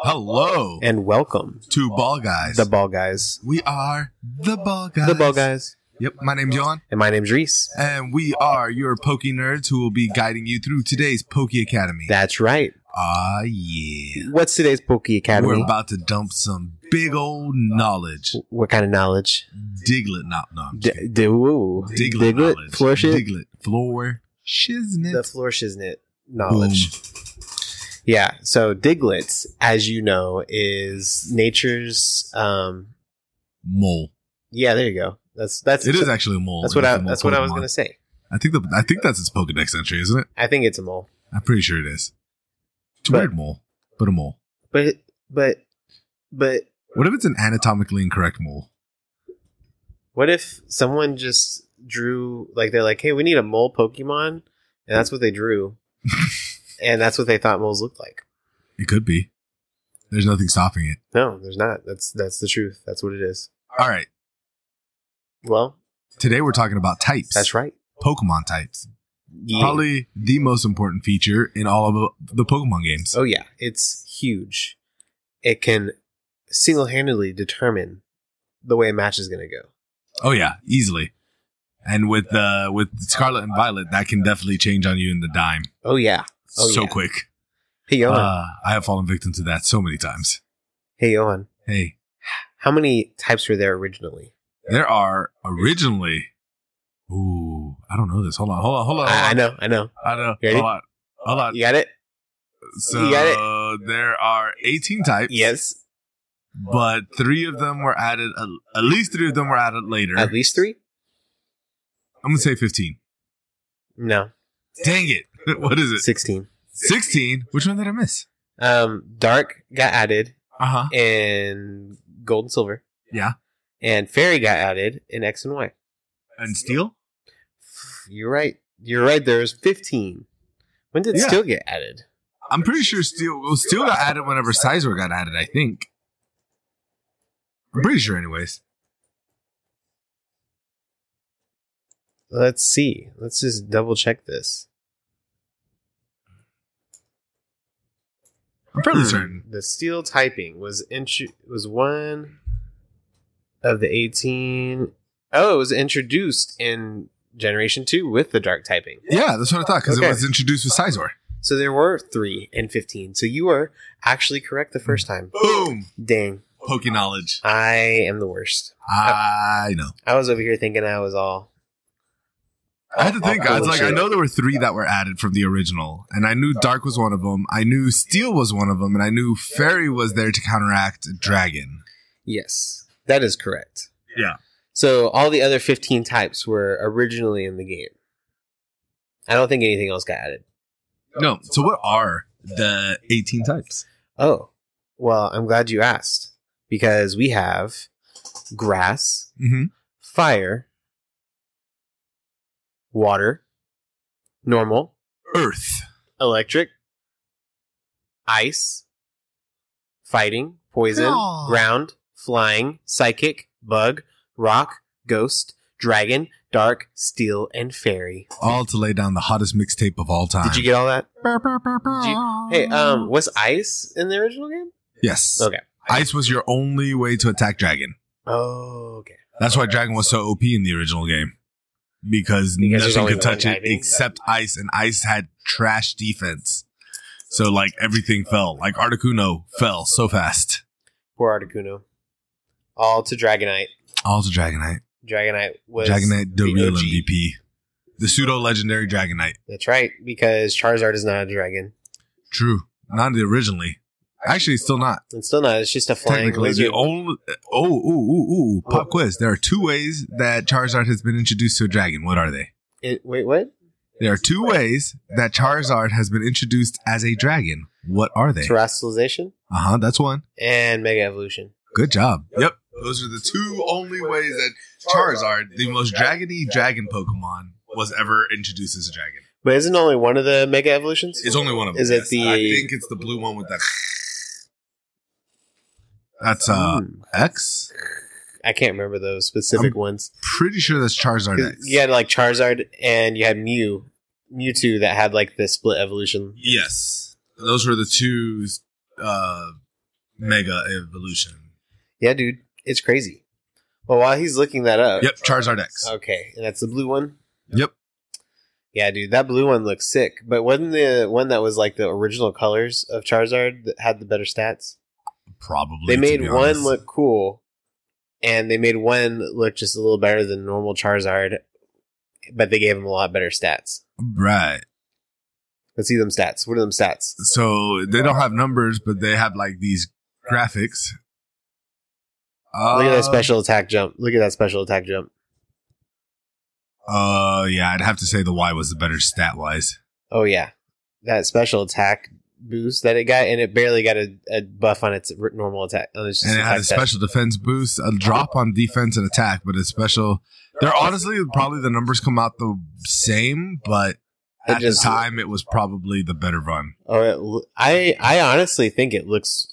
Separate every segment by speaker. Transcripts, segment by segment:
Speaker 1: Hello
Speaker 2: and welcome
Speaker 1: to Ball Guys.
Speaker 2: the ball guys
Speaker 1: we are the Ball Guys.
Speaker 2: the ball guys
Speaker 1: Yep, my name's John,
Speaker 2: and my name's reese
Speaker 1: and we are your Pokey nerds who will be guiding you through today's Pokey Academy.
Speaker 2: that's right
Speaker 1: Ah, yeah.
Speaker 2: what's today's poke academy
Speaker 1: We're about to dump some big old knowledge.
Speaker 2: what kind of knowledge
Speaker 1: Diglet, not no, I'm
Speaker 2: D-
Speaker 1: just kidding.
Speaker 2: d- ooh.
Speaker 1: Diglet,
Speaker 2: diglet
Speaker 1: knowledge.
Speaker 2: flourish it
Speaker 1: Diglet, floor, shiznit.
Speaker 2: the flourish isn't it knowledge yeah so diglets as you know is nature's um
Speaker 1: Boom. mole.
Speaker 2: yeah there you go that's that's
Speaker 1: It is actually a mole.
Speaker 2: that's
Speaker 1: It
Speaker 2: what
Speaker 1: is
Speaker 2: i
Speaker 1: a mole
Speaker 2: that's what i was
Speaker 1: Pokemon.
Speaker 2: gonna say
Speaker 1: I think the, I think that's its Pokedex entry, isn't it?
Speaker 2: i think it's a mole
Speaker 1: I'm pretty sure it is. It's a
Speaker 2: But-
Speaker 1: weird mole, but a mole.
Speaker 2: but but but
Speaker 1: What if it's an anatomically incorrect mole?
Speaker 2: What if someone just drew like they're like, hey, we need a mole Pokemon, and that's what they drew, and that's what they thought moles looked like.
Speaker 1: It could be. There's nothing stopping it.
Speaker 2: No, there's not. That's that's the truth. That's what it is.
Speaker 1: All right.
Speaker 2: Well,
Speaker 1: Today we're talking about types.
Speaker 2: that's right.
Speaker 1: Pokemon types.
Speaker 2: Yeah.
Speaker 1: Probably the most important feature in all of the Pokemon games.
Speaker 2: Oh yeah, it's huge. It can single-handedly determine the way a match is going to go.
Speaker 1: Oh yeah, easily. And with uh with Scarlet and Violet, that can definitely change on you in the dime
Speaker 2: Oh yeah. Oh,
Speaker 1: so
Speaker 2: yeah.
Speaker 1: quick.
Speaker 2: Hey Johan.
Speaker 1: Uh, I have fallen victim to that so many times.
Speaker 2: hey Johan.
Speaker 1: Hey,
Speaker 2: How many types were there originally?
Speaker 1: there are originally. Ooh, I don't know this. Hold on, hold on, hold on. Hold on.
Speaker 2: I, I know. I know.
Speaker 1: I know.
Speaker 2: Ready?
Speaker 1: Hold on. Hold on.
Speaker 2: You got it.
Speaker 1: So
Speaker 2: You got
Speaker 1: there are 18 types.
Speaker 2: Yes.
Speaker 1: But three of them were added. uh, At least three of them were added later.
Speaker 2: At least three.
Speaker 1: I'm gonna say 15.
Speaker 2: No.
Speaker 1: Dang it! What is it?
Speaker 2: Sixteen.
Speaker 1: 16. Which one did I miss?
Speaker 2: Um, dark got added
Speaker 1: Uh huh.
Speaker 2: in gold and silver,
Speaker 1: Yeah.
Speaker 2: and fairy got added in X and Y.
Speaker 1: And steel.
Speaker 2: You're right. You're right. There's 15. When did
Speaker 1: Yeah.
Speaker 2: steel get added?
Speaker 1: I'm pretty sure steel. Well, steel got added whenever Sizor got added. I think. I'm pretty sure, anyways.
Speaker 2: Let's see. Let's just double check this.
Speaker 1: I'm fairly
Speaker 2: Hmm.
Speaker 1: certain.
Speaker 2: The steel typing was intro- was one of the 18. Oh, it was introduced in Generation 2 with the dark typing.
Speaker 1: Yeah, that's what I thought because
Speaker 2: Okay.
Speaker 1: it was introduced with Sizor.
Speaker 2: So there were 3 and 15. So you were actually correct the first time.
Speaker 1: Boom.
Speaker 2: Dang.
Speaker 1: Poke knowledge.
Speaker 2: I am the worst.
Speaker 1: I know.
Speaker 2: I was over here thinking I was all.
Speaker 1: I had to think. I was like, I
Speaker 2: Bullshit.
Speaker 1: know there were three that were added from the original, and I knew Dark was one of them. I knew Steel was one of them, and I knew Fairy was there to counteract Dragon.
Speaker 2: Yes, that is correct.
Speaker 1: Yeah.
Speaker 2: So all the other 15 types were originally in the game. I don't think anything else got added.
Speaker 1: No. So what are the eighteen types?
Speaker 2: Oh, well, I'm glad you asked because we have grass,
Speaker 1: Mm-hmm.
Speaker 2: fire, water, normal,
Speaker 1: Earth,
Speaker 2: electric, ice, fighting, poison,
Speaker 1: Aw.
Speaker 2: ground, flying, psychic, bug, rock, ghost, dragon, dark, steel, and fairy.
Speaker 1: all to lay down the hottest mixtape of all time.
Speaker 2: Did you get all that? Did you- hey, um, was ice in the original game?
Speaker 1: yes.
Speaker 2: Okay.
Speaker 1: Ice was your only way to attack Dragon.
Speaker 2: Oh, okay.
Speaker 1: That's why Dragon was so OP in the original game. Because,
Speaker 2: Because there's
Speaker 1: nothing
Speaker 2: only
Speaker 1: could
Speaker 2: one
Speaker 1: touch it
Speaker 2: diving.
Speaker 1: except ice, and ice had trash defense. So, like, everything fell. Like, Articuno fell so fast.
Speaker 2: Poor Articuno. All to Dragonite.
Speaker 1: Also, Dragonite.
Speaker 2: Dragonite was
Speaker 1: Dragonite, the,
Speaker 2: the
Speaker 1: real
Speaker 2: OG.
Speaker 1: MVP. The pseudo legendary Dragonite.
Speaker 2: That's right, because Charizard is not a dragon.
Speaker 1: True. Not the originally. Actually, still not.
Speaker 2: It's still not. It's just a flying
Speaker 1: Technically, the
Speaker 2: lizard.
Speaker 1: only. Oh, ooh, ooh, ooh.
Speaker 2: Oh.
Speaker 1: Pop quiz. There are two ways that Charizard has been introduced to a dragon. What are they?
Speaker 2: It- wait, what?
Speaker 1: There are two ways that Charizard has been introduced as a dragon. What are they? Uh
Speaker 2: Terrestrialization
Speaker 1: huh. That's one.
Speaker 2: and Mega Evolution.
Speaker 1: Good job. Yep. Those are the two only ways that Charizard, the most dragony dragon Pokemon, was ever introduced as a dragon.
Speaker 2: But isn't only one of the mega evolutions?
Speaker 1: It's only one of them.
Speaker 2: Is it the-
Speaker 1: I think it's the blue one with that. That's uh
Speaker 2: Hmm.
Speaker 1: X.
Speaker 2: I can't remember those specific ones.
Speaker 1: Pretty sure that's Charizard
Speaker 2: 'Cause
Speaker 1: X.
Speaker 2: You had like Charizard and you had Mew, Mewtwo that had like the split evolution.
Speaker 1: Yes. Those were the two uh mega evolution.
Speaker 2: Yeah, dude, it's crazy. Well, while he's looking that up,
Speaker 1: Yep, Charizard X.
Speaker 2: Uh, Okay, and that's the blue one.
Speaker 1: Yep.
Speaker 2: Yeah, dude, that blue one looks sick. But wasn't the one that was like the original colors of Charizard that had the better stats?
Speaker 1: Probably.
Speaker 2: They
Speaker 1: to
Speaker 2: made
Speaker 1: be
Speaker 2: one
Speaker 1: honest.
Speaker 2: look cool, and they made one look just a little better than normal Charizard, but they gave him a lot better stats.
Speaker 1: right.
Speaker 2: Let's see them stats. What are them stats?
Speaker 1: So they don't have numbers, but they have like these graphics. Uh,
Speaker 2: Look at that special attack jump. Look at that special attack jump.
Speaker 1: Uh, yeah, I'd have to say the Y was the better stat wise.
Speaker 2: Oh yeah, that special attack boost that it got, and it barely got a, a buff on its r- normal attack. on its
Speaker 1: And it had
Speaker 2: attack
Speaker 1: a
Speaker 2: stat.
Speaker 1: special defense boost, a drop on defense and attack, but a special. They're honestly probably the numbers come out the same, but
Speaker 2: It
Speaker 1: at the
Speaker 2: just-
Speaker 1: time it was probably the better run.
Speaker 2: Oh, it l- I I honestly think it looks.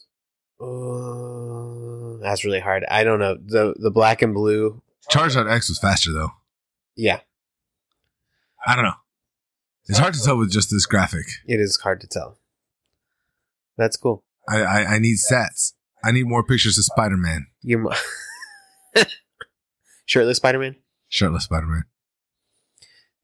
Speaker 2: Uh, that's really hard. I don't know the the black and blue.
Speaker 1: Charizard X was faster though.
Speaker 2: Yeah,
Speaker 1: I don't know. It's hard to tell with just this graphic.
Speaker 2: it is hard to tell. That's cool.
Speaker 1: I I, I need stats. I need more pictures of Spider Man,
Speaker 2: You mo- shirtless Spider Man,
Speaker 1: shirtless Spider Man.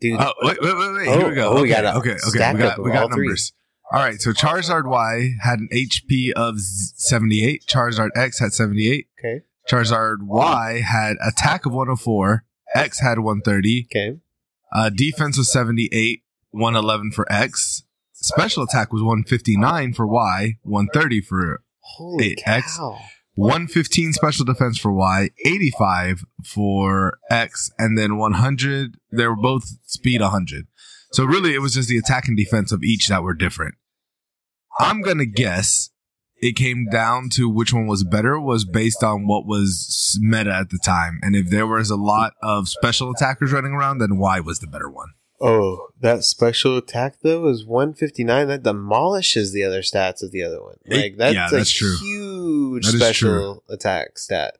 Speaker 2: dude.
Speaker 1: Oh wait wait wait wait! Here we go.
Speaker 2: Oh, oh,
Speaker 1: okay,
Speaker 2: we got a
Speaker 1: okay okay.
Speaker 2: stack
Speaker 1: We
Speaker 2: up
Speaker 1: got
Speaker 2: of
Speaker 1: we got
Speaker 2: all three.
Speaker 1: numbers. All right. So Charizard Y had an HP of seventy eight. Charizard X had seventy eight.
Speaker 2: okay,
Speaker 1: Charizard Y had attack of 104, X had 130,
Speaker 2: okay,
Speaker 1: uh, defense was 78, 111 for X, special attack was 159 for Y, 130 for
Speaker 2: holy
Speaker 1: Eight,
Speaker 2: cow!
Speaker 1: X. 115 special defense for Y, 85 for X, and then 100. They were both speed 100. So really, it was just the attack and defense of each that were different. I'm gonna guess it came down to which one was better was based on what was meta at the time, and if there was a lot of special attackers running around, then Y was the better one.
Speaker 2: Oh, that special attack though is 159. That demolishes the other stats of the other one.
Speaker 1: It-
Speaker 2: Like that's
Speaker 1: yeah,
Speaker 2: a
Speaker 1: that's true.
Speaker 2: huge
Speaker 1: That is
Speaker 2: special attack stat.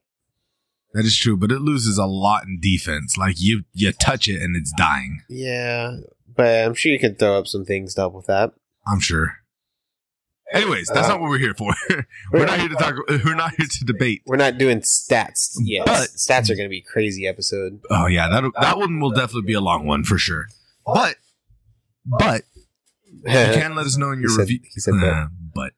Speaker 1: That is true, but it loses a lot in defense. Like you, you touch it and it's dying.
Speaker 2: Yeah, but I'm sure you can throw up some things to help with that.
Speaker 1: I'm sure. Anyways, that's
Speaker 2: Uh,
Speaker 1: not what we're here for. we're not here to talk. We're not here to debate.
Speaker 2: We're not doing stats yet.
Speaker 1: But-
Speaker 2: stats are going to be crazy episode.
Speaker 1: Oh yeah, that that one will definitely be a long one for sure. But but
Speaker 2: he
Speaker 1: you can let us know in your
Speaker 2: said,
Speaker 1: review.
Speaker 2: he said that.
Speaker 1: Uh, but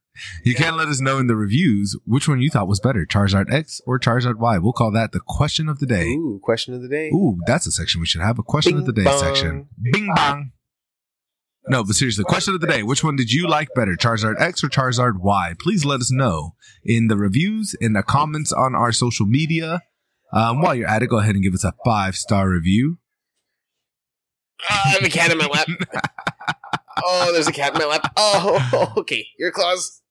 Speaker 1: you can let us know in the reviews which one you thought was better, Charizard X or Charizard Y. We'll call that the question of the day.
Speaker 2: Ooh, question of the day.
Speaker 1: Ooh, that's a section we should have a question of the day
Speaker 2: Bing bong.
Speaker 1: section. Bing bong. No, but seriously, question of the day. Which one did you like better, Charizard X or Charizard Y? Please let us know in the reviews, in the comments on our social media. Um, while you're at it, go ahead and give us a five star review.
Speaker 2: Ah, I have a cat in my lap. oh, there's a cat in my lap. Oh, okay. Your claws.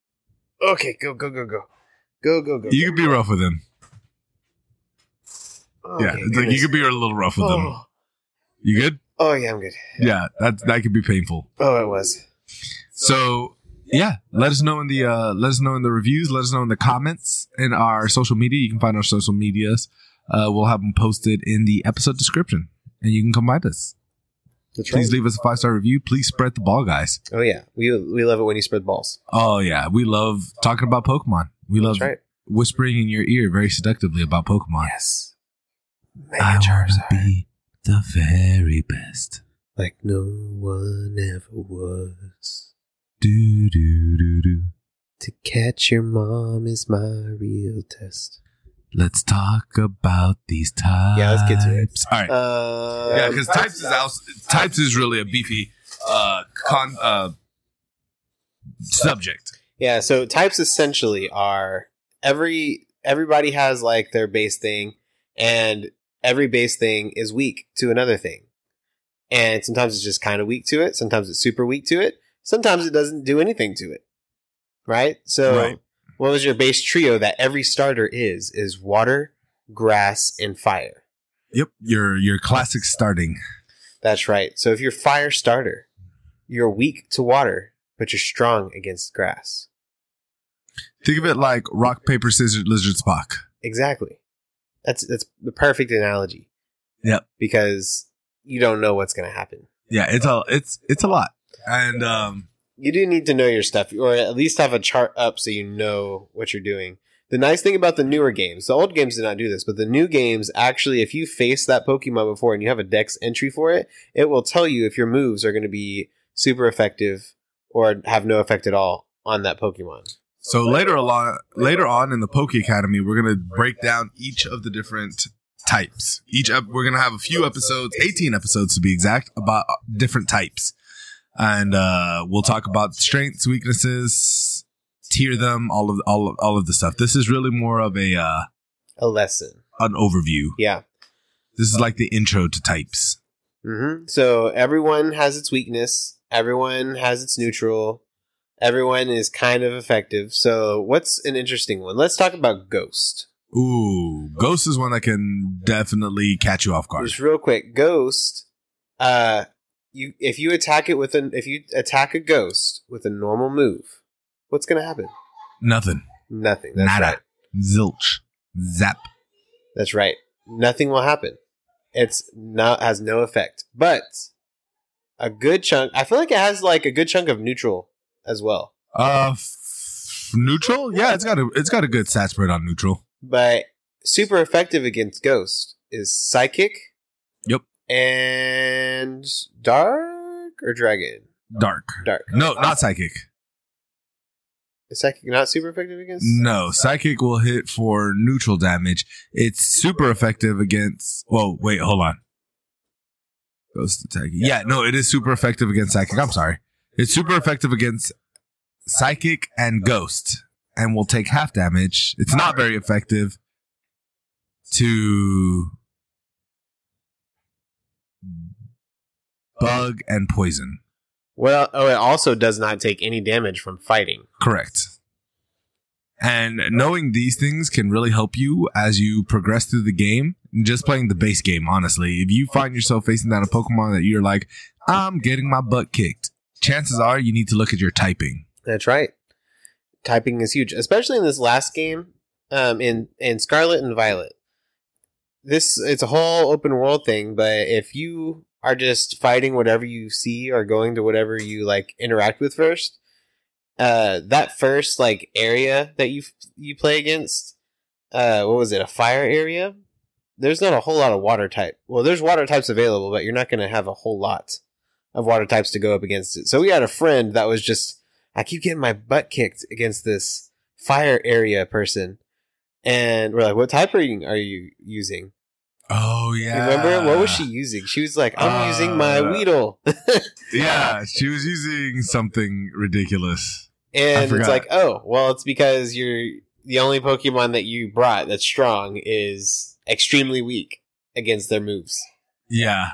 Speaker 2: Okay, go, go, go, go. Go, go, go.
Speaker 1: You could be rough with him.
Speaker 2: Oh,
Speaker 1: Yeah, it's like
Speaker 2: okay,
Speaker 1: you
Speaker 2: goodness.
Speaker 1: could be a little rough with him.
Speaker 2: Oh.
Speaker 1: You good?
Speaker 2: oh, yeah, I'm good.
Speaker 1: Yeah, that that could be painful.
Speaker 2: Oh, it was.
Speaker 1: So yeah, let us know in the uh, let us know in the reviews. Let us know in the comments in our social media. You can find our social medias. Uh, we'll have them posted in the episode description, and you can come find us.
Speaker 2: That's
Speaker 1: Please leave us a five star review. Please spread the ball, guys.
Speaker 2: Oh, yeah. We, we love it when you spread balls.
Speaker 1: Oh yeah, we love talking about Pokemon. We love
Speaker 2: That's right.
Speaker 1: whispering in your ear very seductively about Pokemon.
Speaker 2: Yes.
Speaker 1: I
Speaker 2: Mega
Speaker 1: want to
Speaker 2: Charizard.
Speaker 1: be the very best.
Speaker 2: like no one ever was.
Speaker 1: Do do do do.
Speaker 2: To catch your mom is my real test.
Speaker 1: Let's talk about these types.
Speaker 2: Yeah, let's get to it.
Speaker 1: All right.
Speaker 2: Uh,
Speaker 1: Yeah, because types is out, types is really a beefy uh, con uh, subject.
Speaker 2: yeah. So types essentially are every everybody has like their base thing, and every base thing is weak to another thing, and sometimes it's just kind of weak to it. Sometimes it's super weak to it. Sometimes it doesn't do anything to it. Right. So
Speaker 1: Right.
Speaker 2: what was your base trio that every starter is? Is water, grass, and fire.
Speaker 1: Yep, your your classic starting.
Speaker 2: That's right. So if you're fire starter, you're weak to water, but you're strong against grass.
Speaker 1: Think of it like rock paper scissors lizard Spock.
Speaker 2: Exactly. That's that's the perfect analogy.
Speaker 1: Yep.
Speaker 2: Because you don't know what's going to happen.
Speaker 1: Yeah, it's a it's it's a lot, and um,
Speaker 2: you do need to know your stuff, or at least have a chart up so you know what you're doing. The nice thing about the newer games, the old games did not do this, but the new games actually, if you face that Pokemon before and you have a Dex entry for it, it will tell you if your moves are going to be super effective or have no effect at all on that Pokemon.
Speaker 1: So later along, later on in the Poke Academy, we're gonna break down each of the different types. Each up, we're gonna have a few episodes, eighteen episodes to be exact, about different types, and uh, we'll talk about strengths, weaknesses, tier them, all of all of, all of the stuff. This is really more of a uh,
Speaker 2: A lesson,
Speaker 1: an overview.
Speaker 2: yeah.
Speaker 1: This is like the intro to types.
Speaker 2: hmm So everyone has its weakness. Everyone has its neutral. Everyone is kind of effective. So what's an interesting one? Let's talk about Ghost.
Speaker 1: Ooh, Ghost is one that can definitely catch you off guard.
Speaker 2: Just real quick, Ghost. Uh, you if you attack it with an if you attack a ghost with a normal move, what's gonna happen?
Speaker 1: Nothing,
Speaker 2: Nothing. That's
Speaker 1: Nada.
Speaker 2: right.
Speaker 1: zilch, zap.
Speaker 2: That's right. Nothing will happen. It's not has no effect. But a good chunk. I feel like it has like a good chunk of neutral as well.
Speaker 1: Uh, f- neutral. Yeah, it's got a it's got a good stat spread on neutral.
Speaker 2: but super effective against ghost is psychic.
Speaker 1: Yep.
Speaker 2: And dark or dragon.
Speaker 1: Dark.
Speaker 2: Dark.
Speaker 1: No, not psychic.
Speaker 2: Is psychic not super effective against?
Speaker 1: No, psychic will hit for neutral damage. It's super effective against. Whoa, wait, hold on. Ghost attack. Yeah, no, it is super effective against psychic. I'm sorry. It's super effective against psychic and ghost, and will take half damage. It's not very effective to bug and poison.
Speaker 2: Well, oh, it also does not take any damage from fighting.
Speaker 1: Correct. And knowing these things can really help you as you progress through the game. Just playing the base game, honestly. If you find yourself facing down a Pokemon that you're like, I'm getting my butt kicked, chances are you need to look at your typing.
Speaker 2: That's right. Typing is huge, especially in this last game, um, in in Scarlet and Violet. This it's a whole open world thing, but if you are just fighting whatever you see or going to whatever you like interact with first, uh, that first like area that you you play against, uh, what was it? A fire area. There's not a whole lot of water type. Well, there's water types available, but you're not going to have a whole lot of water types to go up against it. So we had a friend that was just I keep getting my butt kicked against this fire area person. And we're like, what type are you, are you using?
Speaker 1: Oh,
Speaker 2: You
Speaker 1: yeah.
Speaker 2: Remember? What was she using? She was like, I'm
Speaker 1: Uh,
Speaker 2: using my Weedle.
Speaker 1: Yeah, she was using something ridiculous.
Speaker 2: and it's
Speaker 1: forgot.
Speaker 2: like, oh, well, it's because you're the only Pokemon that you brought that's strong is extremely weak against their moves.
Speaker 1: Yeah.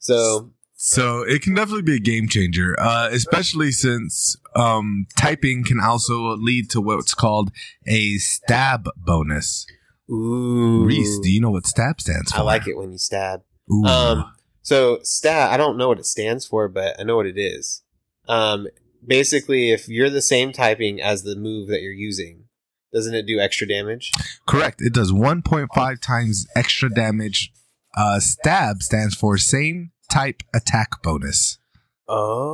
Speaker 2: So,
Speaker 1: So it can definitely be a game changer, uh, especially since um, typing can also lead to what's called a stab bonus.
Speaker 2: ooh.
Speaker 1: Reese, do you know what stab stands for?
Speaker 2: I like it when you stab.
Speaker 1: Ooh.
Speaker 2: Um, so stat, I don't know what it stands for, but I know what it is. Um, basically, if you're the same typing as the move that you're using, doesn't it do extra damage?
Speaker 1: Correct. It does 1.5 times extra damage. Uh, stab stands for same type attack bonus.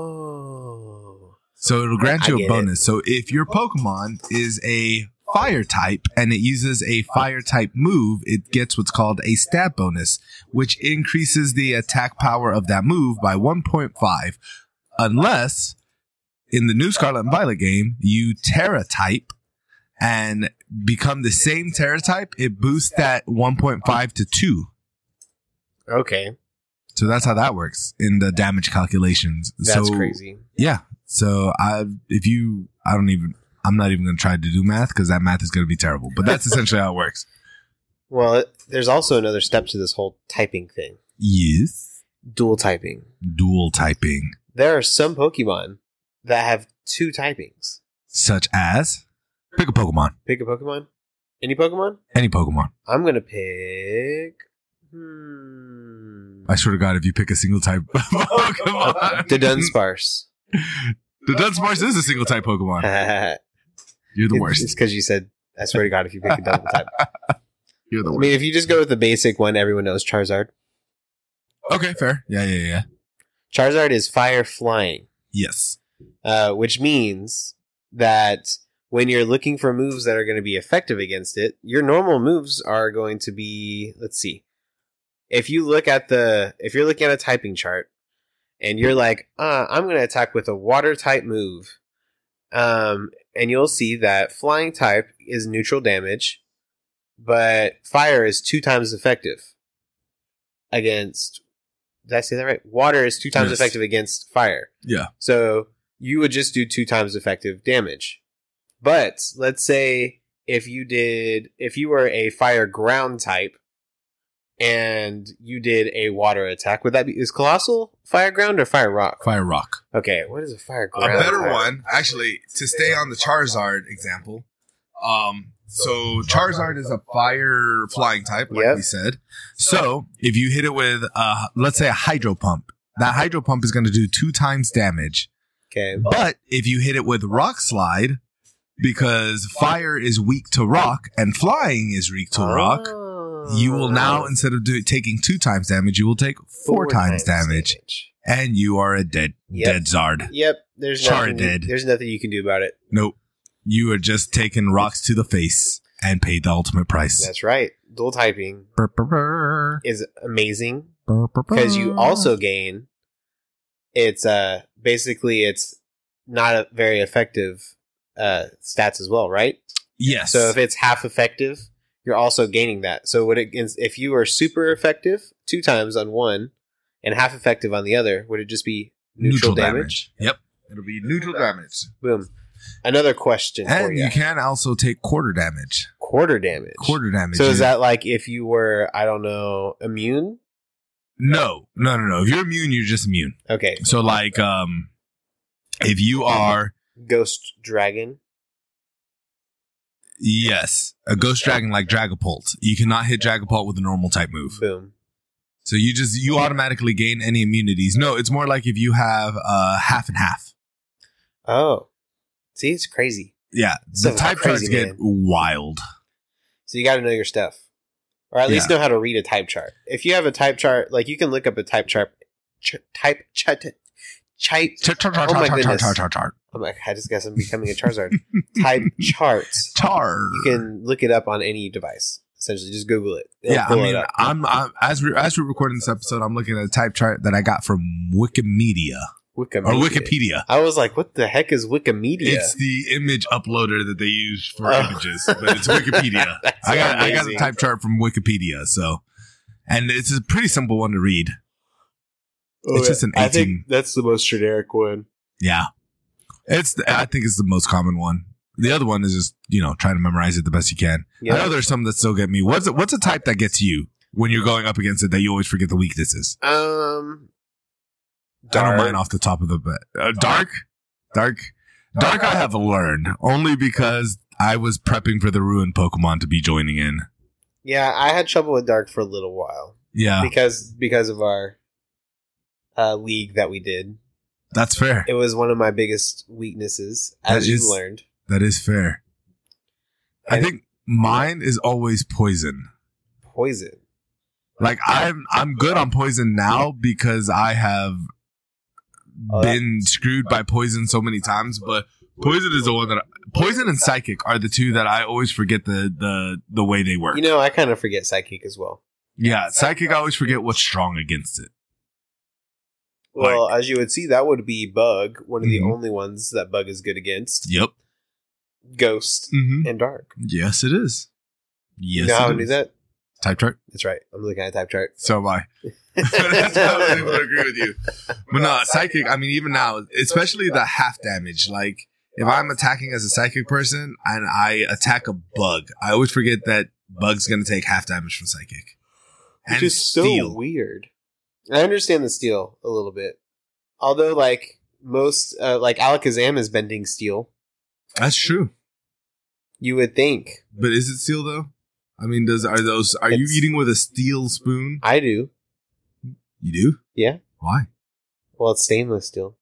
Speaker 2: Oh,
Speaker 1: So it'll grant you
Speaker 2: I
Speaker 1: a
Speaker 2: get
Speaker 1: bonus. So if your Pokemon is a fire type and it uses a fire type move, it gets what's called a stab bonus, which increases the attack power of that move by 1.5. Unless in the new Scarlet and Violet game, you Terra type and become the same Terra type, it boosts that 1.5 to 2.
Speaker 2: okay,
Speaker 1: So that's how that works in the damage calculations.
Speaker 2: that's
Speaker 1: so
Speaker 2: crazy.
Speaker 1: yeah. So I, if you, I don't even, I'm not even going to try to do math because that math is going to be terrible. But that's essentially how it works.
Speaker 2: Well, it, there's also another step to this whole typing thing:
Speaker 1: Yes.
Speaker 2: dual typing.
Speaker 1: Dual typing,
Speaker 2: There are some Pokemon that have two typings.
Speaker 1: such as pick a Pokemon,
Speaker 2: Pick a Pokemon, any Pokemon.
Speaker 1: any Pokemon.
Speaker 2: I'm gonna pick. Hmm.
Speaker 1: I swear to God, if you pick a single type Pokemon,
Speaker 2: The Dunsparce.
Speaker 1: the Dunsparce is a single type Pokemon. You're the
Speaker 2: It-
Speaker 1: worst.
Speaker 2: It's because you said, I swear to God, if you pick a double type.
Speaker 1: You're the
Speaker 2: I
Speaker 1: worst.
Speaker 2: mean, if you just go with the basic one, everyone knows Charizard.
Speaker 1: Okay, fair. Yeah, yeah, yeah.
Speaker 2: Charizard is fire flying.
Speaker 1: Yes.
Speaker 2: uh, which means that when you're looking for moves that are going to be effective against it, your normal moves are going to be let's see. If you look at the if you're looking at a typing chart and you're like, uh, I'm going to attack with a water type move, um, and you'll see that flying type is neutral damage, but fire is two times effective against. Did I say that right? Water is two times
Speaker 1: Yes.
Speaker 2: effective against fire.
Speaker 1: Yeah.
Speaker 2: So you would just do two times effective damage. But let's say if you did, if you were a fire ground type and you did a water attack, would that be, is colossal fire ground or fire rock?
Speaker 1: Fire rock.
Speaker 2: Okay, what is a fire
Speaker 1: A
Speaker 2: ground?
Speaker 1: better
Speaker 2: type?
Speaker 1: one, actually, to stay on the Charizard example. Um, so Charizard is a fire flying type, like
Speaker 2: Yep.
Speaker 1: we said. So if you hit it with, uh, let's say a hydro pump, that hydro pump is going to do two times damage.
Speaker 2: Okay.
Speaker 1: But if you hit it with rock slide, because fire is weak to rock and flying is weak to rock, you
Speaker 2: Oh.
Speaker 1: will now instead of do, taking two times damage, you will take four, times, damage, and you are a dead
Speaker 2: Yep.
Speaker 1: dead zard.
Speaker 2: Yep. There's
Speaker 1: Charred
Speaker 2: nothing,
Speaker 1: dead.
Speaker 2: there's nothing you can do about it.
Speaker 1: Nope, you are just taking rocks to the face and paid the ultimate price.
Speaker 2: That's right. Dual typing
Speaker 1: Because
Speaker 2: is amazing. because you also gain it's uh basically it's not a very effective uh stats as well right
Speaker 1: yes.
Speaker 2: so if it's half effective you're also gaining that so would it if you are super effective two times on one and half effective on the other would it just be neutral, damage?
Speaker 1: Yep, it'll be neutral damage,
Speaker 2: boom another question for
Speaker 1: and
Speaker 2: you
Speaker 1: you can also take quarter damage.
Speaker 2: quarter damage
Speaker 1: Quarter damage.
Speaker 2: so is
Speaker 1: is-
Speaker 2: that like if you were i don't know immune
Speaker 1: No, no, no, no. If you're immune, you're just immune.
Speaker 2: okay
Speaker 1: So like, um, if you are
Speaker 2: ghost dragon
Speaker 1: yes a ghost dragon like Dragapult, you cannot hit Dragapult with a normal type move.
Speaker 2: boom
Speaker 1: So you just you automatically gain any immunities. No, it's more like if you have uh half and half.
Speaker 2: oh see it's crazy
Speaker 1: Yeah, the
Speaker 2: Sounds
Speaker 1: type charts
Speaker 2: crazy,
Speaker 1: get
Speaker 2: man.
Speaker 1: wild.
Speaker 2: So you got to know your stuff, or at least know how to read a type chart. If you have a type chart, like you can look up a type chart, ch- type chart, type.
Speaker 1: Chart chart chart
Speaker 2: Oh
Speaker 1: chart
Speaker 2: my
Speaker 1: chart
Speaker 2: goodness.
Speaker 1: chart chart chart.
Speaker 2: I'm like, I just guess I'm becoming a Charizard. type charts.
Speaker 1: Tar.
Speaker 2: You can look it up on any device. Essentially, just Google it. It'll
Speaker 1: Yeah, I
Speaker 2: pull it
Speaker 1: mean,
Speaker 2: up.
Speaker 1: I'm, I'm as we as we're recording this episode, I'm looking at a type chart that I got from Wikimedia
Speaker 2: Wikimedia.
Speaker 1: or Wikipedia.
Speaker 2: I was like, what the heck is Wikimedia?
Speaker 1: It's the image uploader that they use for
Speaker 2: Oh.
Speaker 1: images, but it's Wikipedia.
Speaker 2: That's
Speaker 1: I got I got the
Speaker 2: amazing.
Speaker 1: type chart from Wikipedia, so and it's a pretty simple one to read. it's just an
Speaker 2: Oh, I think
Speaker 1: 18.
Speaker 2: that's the most generic one.
Speaker 1: Yeah, it's the, I think it's the most common one. The other one is just you know trying to memorize it the best you can. I know
Speaker 2: Yeah.
Speaker 1: there's some that still get me. What's a, what's a type that gets you when you're going up against it that you always forget the weaknesses?
Speaker 2: Um.
Speaker 1: I don't
Speaker 2: dark.
Speaker 1: mind off the top of the bat. Uh, dark, dark, dark. I have learned only because I was prepping for the ruined Pokemon to be joining in.
Speaker 2: Yeah, I had trouble with dark for a little while.
Speaker 1: Yeah,
Speaker 2: because because of our uh, league that we did.
Speaker 1: that's fair.
Speaker 2: It was one of my biggest weaknesses, as
Speaker 1: That
Speaker 2: you
Speaker 1: is-
Speaker 2: learned.
Speaker 1: That is fair. I
Speaker 2: And
Speaker 1: think mine is always poison.
Speaker 2: poison.
Speaker 1: Like I'm I'm good on poison now because I have
Speaker 2: Oh, that-
Speaker 1: been screwed by poison so many times, but poison is the one that I, poison and psychic are the two that I always forget the the the way they work.
Speaker 2: You know, I kind of forget psychic as well.
Speaker 1: yeah, psychic I always forget what's strong against it.
Speaker 2: Well, as you would see, that would be bug, one of the
Speaker 1: Mhm.
Speaker 2: only ones that bug is good against.
Speaker 1: Yep.
Speaker 2: Ghost
Speaker 1: Mm-hmm.
Speaker 2: and dark.
Speaker 1: Yes, it is. Yes.
Speaker 2: you know how
Speaker 1: it
Speaker 2: I knew
Speaker 1: is.
Speaker 2: that?
Speaker 1: Type chart.
Speaker 2: That's right. I'm looking at a type chart.
Speaker 1: So uh, am I. That's why I was able to agree with you. But no, psychic, I mean, even now, especially the half damage, like if I'm attacking as a psychic person and I attack a bug, I always forget that bug's going to take half damage from psychic.
Speaker 2: Which is so weird. I understand the steel a little bit. Although, like, most, uh, like, Alakazam is bending steel.
Speaker 1: That's true.
Speaker 2: You would think.
Speaker 1: But is it steel though? I mean, does are those are you
Speaker 2: It's-
Speaker 1: eating with a steel spoon?
Speaker 2: I do.
Speaker 1: You do?
Speaker 2: Yeah.
Speaker 1: Why?
Speaker 2: Well, it's stainless steel.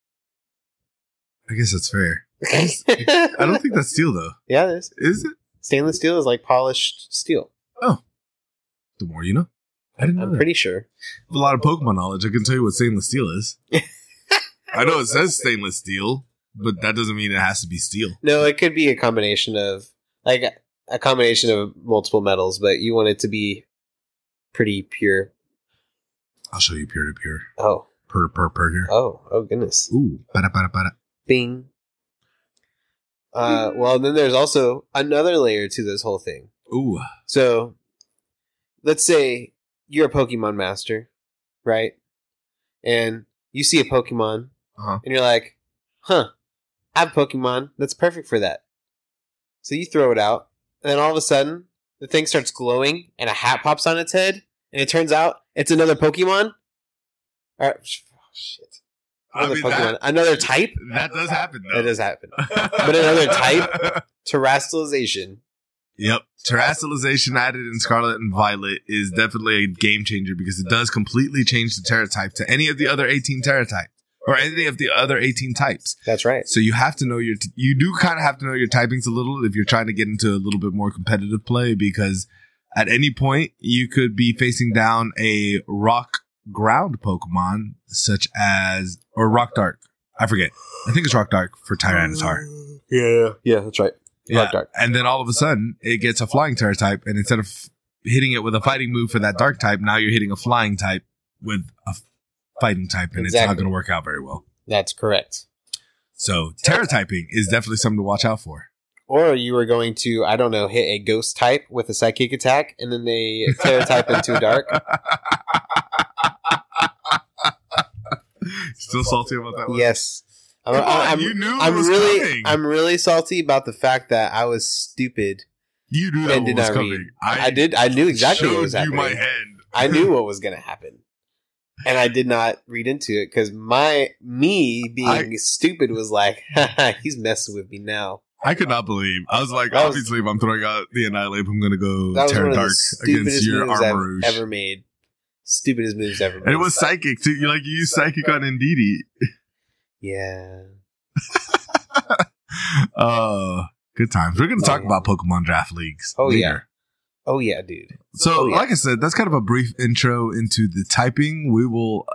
Speaker 1: I guess that's fair.
Speaker 2: I
Speaker 1: I don't think that's steel though.
Speaker 2: Yeah, it is.
Speaker 1: Is it?
Speaker 2: Stainless steel is like polished steel.
Speaker 1: The more you know. I didn't know.
Speaker 2: I'm
Speaker 1: that.
Speaker 2: pretty sure.
Speaker 1: have a lot of Pokemon knowledge. I can tell you what stainless steel is. I know it says stainless steel, but that doesn't mean it has to be steel.
Speaker 2: No, it could be a combination of like a combination of multiple metals, but you want it to be pretty pure.
Speaker 1: I'll show you peer to peer.
Speaker 2: Oh,
Speaker 1: Per per per.
Speaker 2: oh, oh goodness.
Speaker 1: Ooh, bada bada bada.
Speaker 2: Bing. Uh, well, then there's also another layer to this whole thing.
Speaker 1: Ooh,
Speaker 2: So, let's say you're a Pokemon master, right? And you see a Pokemon,
Speaker 1: Uh-huh.
Speaker 2: and you're like, "Huh, I have Pokemon that's perfect for that." So you throw it out, and then all of a sudden, the thing starts glowing, and a hat pops on its head, and it turns out it's another Pokemon. All right, oh, shit,
Speaker 1: I
Speaker 2: another
Speaker 1: mean,
Speaker 2: Pokemon,
Speaker 1: that,
Speaker 2: another type.
Speaker 1: that does happen though.
Speaker 2: That does happen. But another type? Terrestrialization.
Speaker 1: Yep. Terrestrialization added in Scarlet and Violet is definitely a game changer because it does completely change the Terra type to any of the other 18 Terra types or any of the other 18 types.
Speaker 2: That's right.
Speaker 1: So you have to know your, t- you do kind of have to know your typings a little if you're trying to get into a little bit more competitive play because at any point you could be facing down a rock ground Pokemon such as, or rock dark. I forget. I think it's rock dark for Tyranitar.
Speaker 2: Yeah, yeah, that's right.
Speaker 1: Yeah.
Speaker 2: Rock dark.
Speaker 1: And then all of a sudden, it gets a flying terror type, and instead of hitting it with a fighting move for that dark type, now you're hitting a flying type with a fighting type, and it's not
Speaker 2: Exactly.
Speaker 1: going to work out very well.
Speaker 2: That's correct.
Speaker 1: So terror typing is definitely something to watch out for.
Speaker 2: Or you were going to, I don't know, hit a ghost type with a psychic attack, and then they terror type into dark.
Speaker 1: Still salty about that one?
Speaker 2: Yes, I'm,
Speaker 1: Come on,
Speaker 2: I'm,
Speaker 1: you knew it
Speaker 2: I'm
Speaker 1: was
Speaker 2: really,
Speaker 1: coming.
Speaker 2: I'm really salty about the fact that I was stupid.
Speaker 1: you knew that
Speaker 2: and
Speaker 1: one
Speaker 2: did
Speaker 1: was
Speaker 2: not read.
Speaker 1: coming.
Speaker 2: I, did, I knew exactly what was
Speaker 1: showed you my
Speaker 2: happening.
Speaker 1: hand.
Speaker 2: I knew what was going to happen, and I did not read into it because my me being
Speaker 1: I-
Speaker 2: stupid was like, he's messing with me now.
Speaker 1: I could not believe. I was like,
Speaker 2: That was-
Speaker 1: obviously, if I'm throwing out the Annihilate, I'm going to go
Speaker 2: That was one
Speaker 1: Terra
Speaker 2: of
Speaker 1: Dark
Speaker 2: the stupidest
Speaker 1: against your
Speaker 2: moves I've
Speaker 1: Armourouge.
Speaker 2: ever made. Stupidest moves ever. Made.
Speaker 1: And it was psychic too. You like you use psychic on Indeedy.
Speaker 2: yeah.
Speaker 1: Uh good times. We're gonna talk
Speaker 2: Oh, Yeah.
Speaker 1: about Pokemon Draft Leagues.
Speaker 2: Oh, Oh yeah, dude.
Speaker 1: So
Speaker 2: Oh, yeah.
Speaker 1: like I said, that's kind of a brief intro into the typing. We will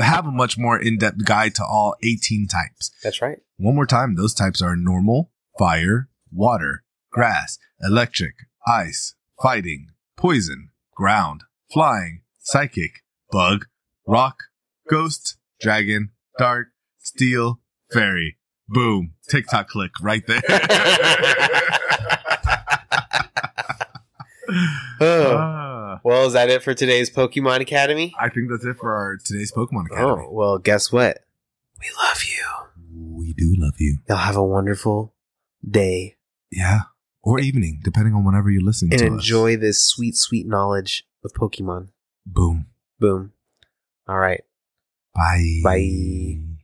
Speaker 1: have a much more in-depth guide to all 18 types.
Speaker 2: That's right.
Speaker 1: One more time, those types are normal, fire, water, grass, electric, ice, fighting, poison, ground, flying, psychic, bug, rock, ghost, dragon, dark, steel, fairy. Boom. TikTok click right there.
Speaker 2: Oh.
Speaker 1: Ah,
Speaker 2: Well, is that it for today's Pokemon Academy?
Speaker 1: I think that's it for our today's Pokemon Academy.
Speaker 2: Oh, well, guess what? We love you.
Speaker 1: We do love you.
Speaker 2: Y'all have a wonderful day
Speaker 1: Yeah. Or evening, depending on whenever you're listening
Speaker 2: and
Speaker 1: to us.
Speaker 2: enjoy this sweet, sweet knowledge of Pokemon.
Speaker 1: Boom.
Speaker 2: Boom. All right.
Speaker 1: Bye.
Speaker 2: Bye.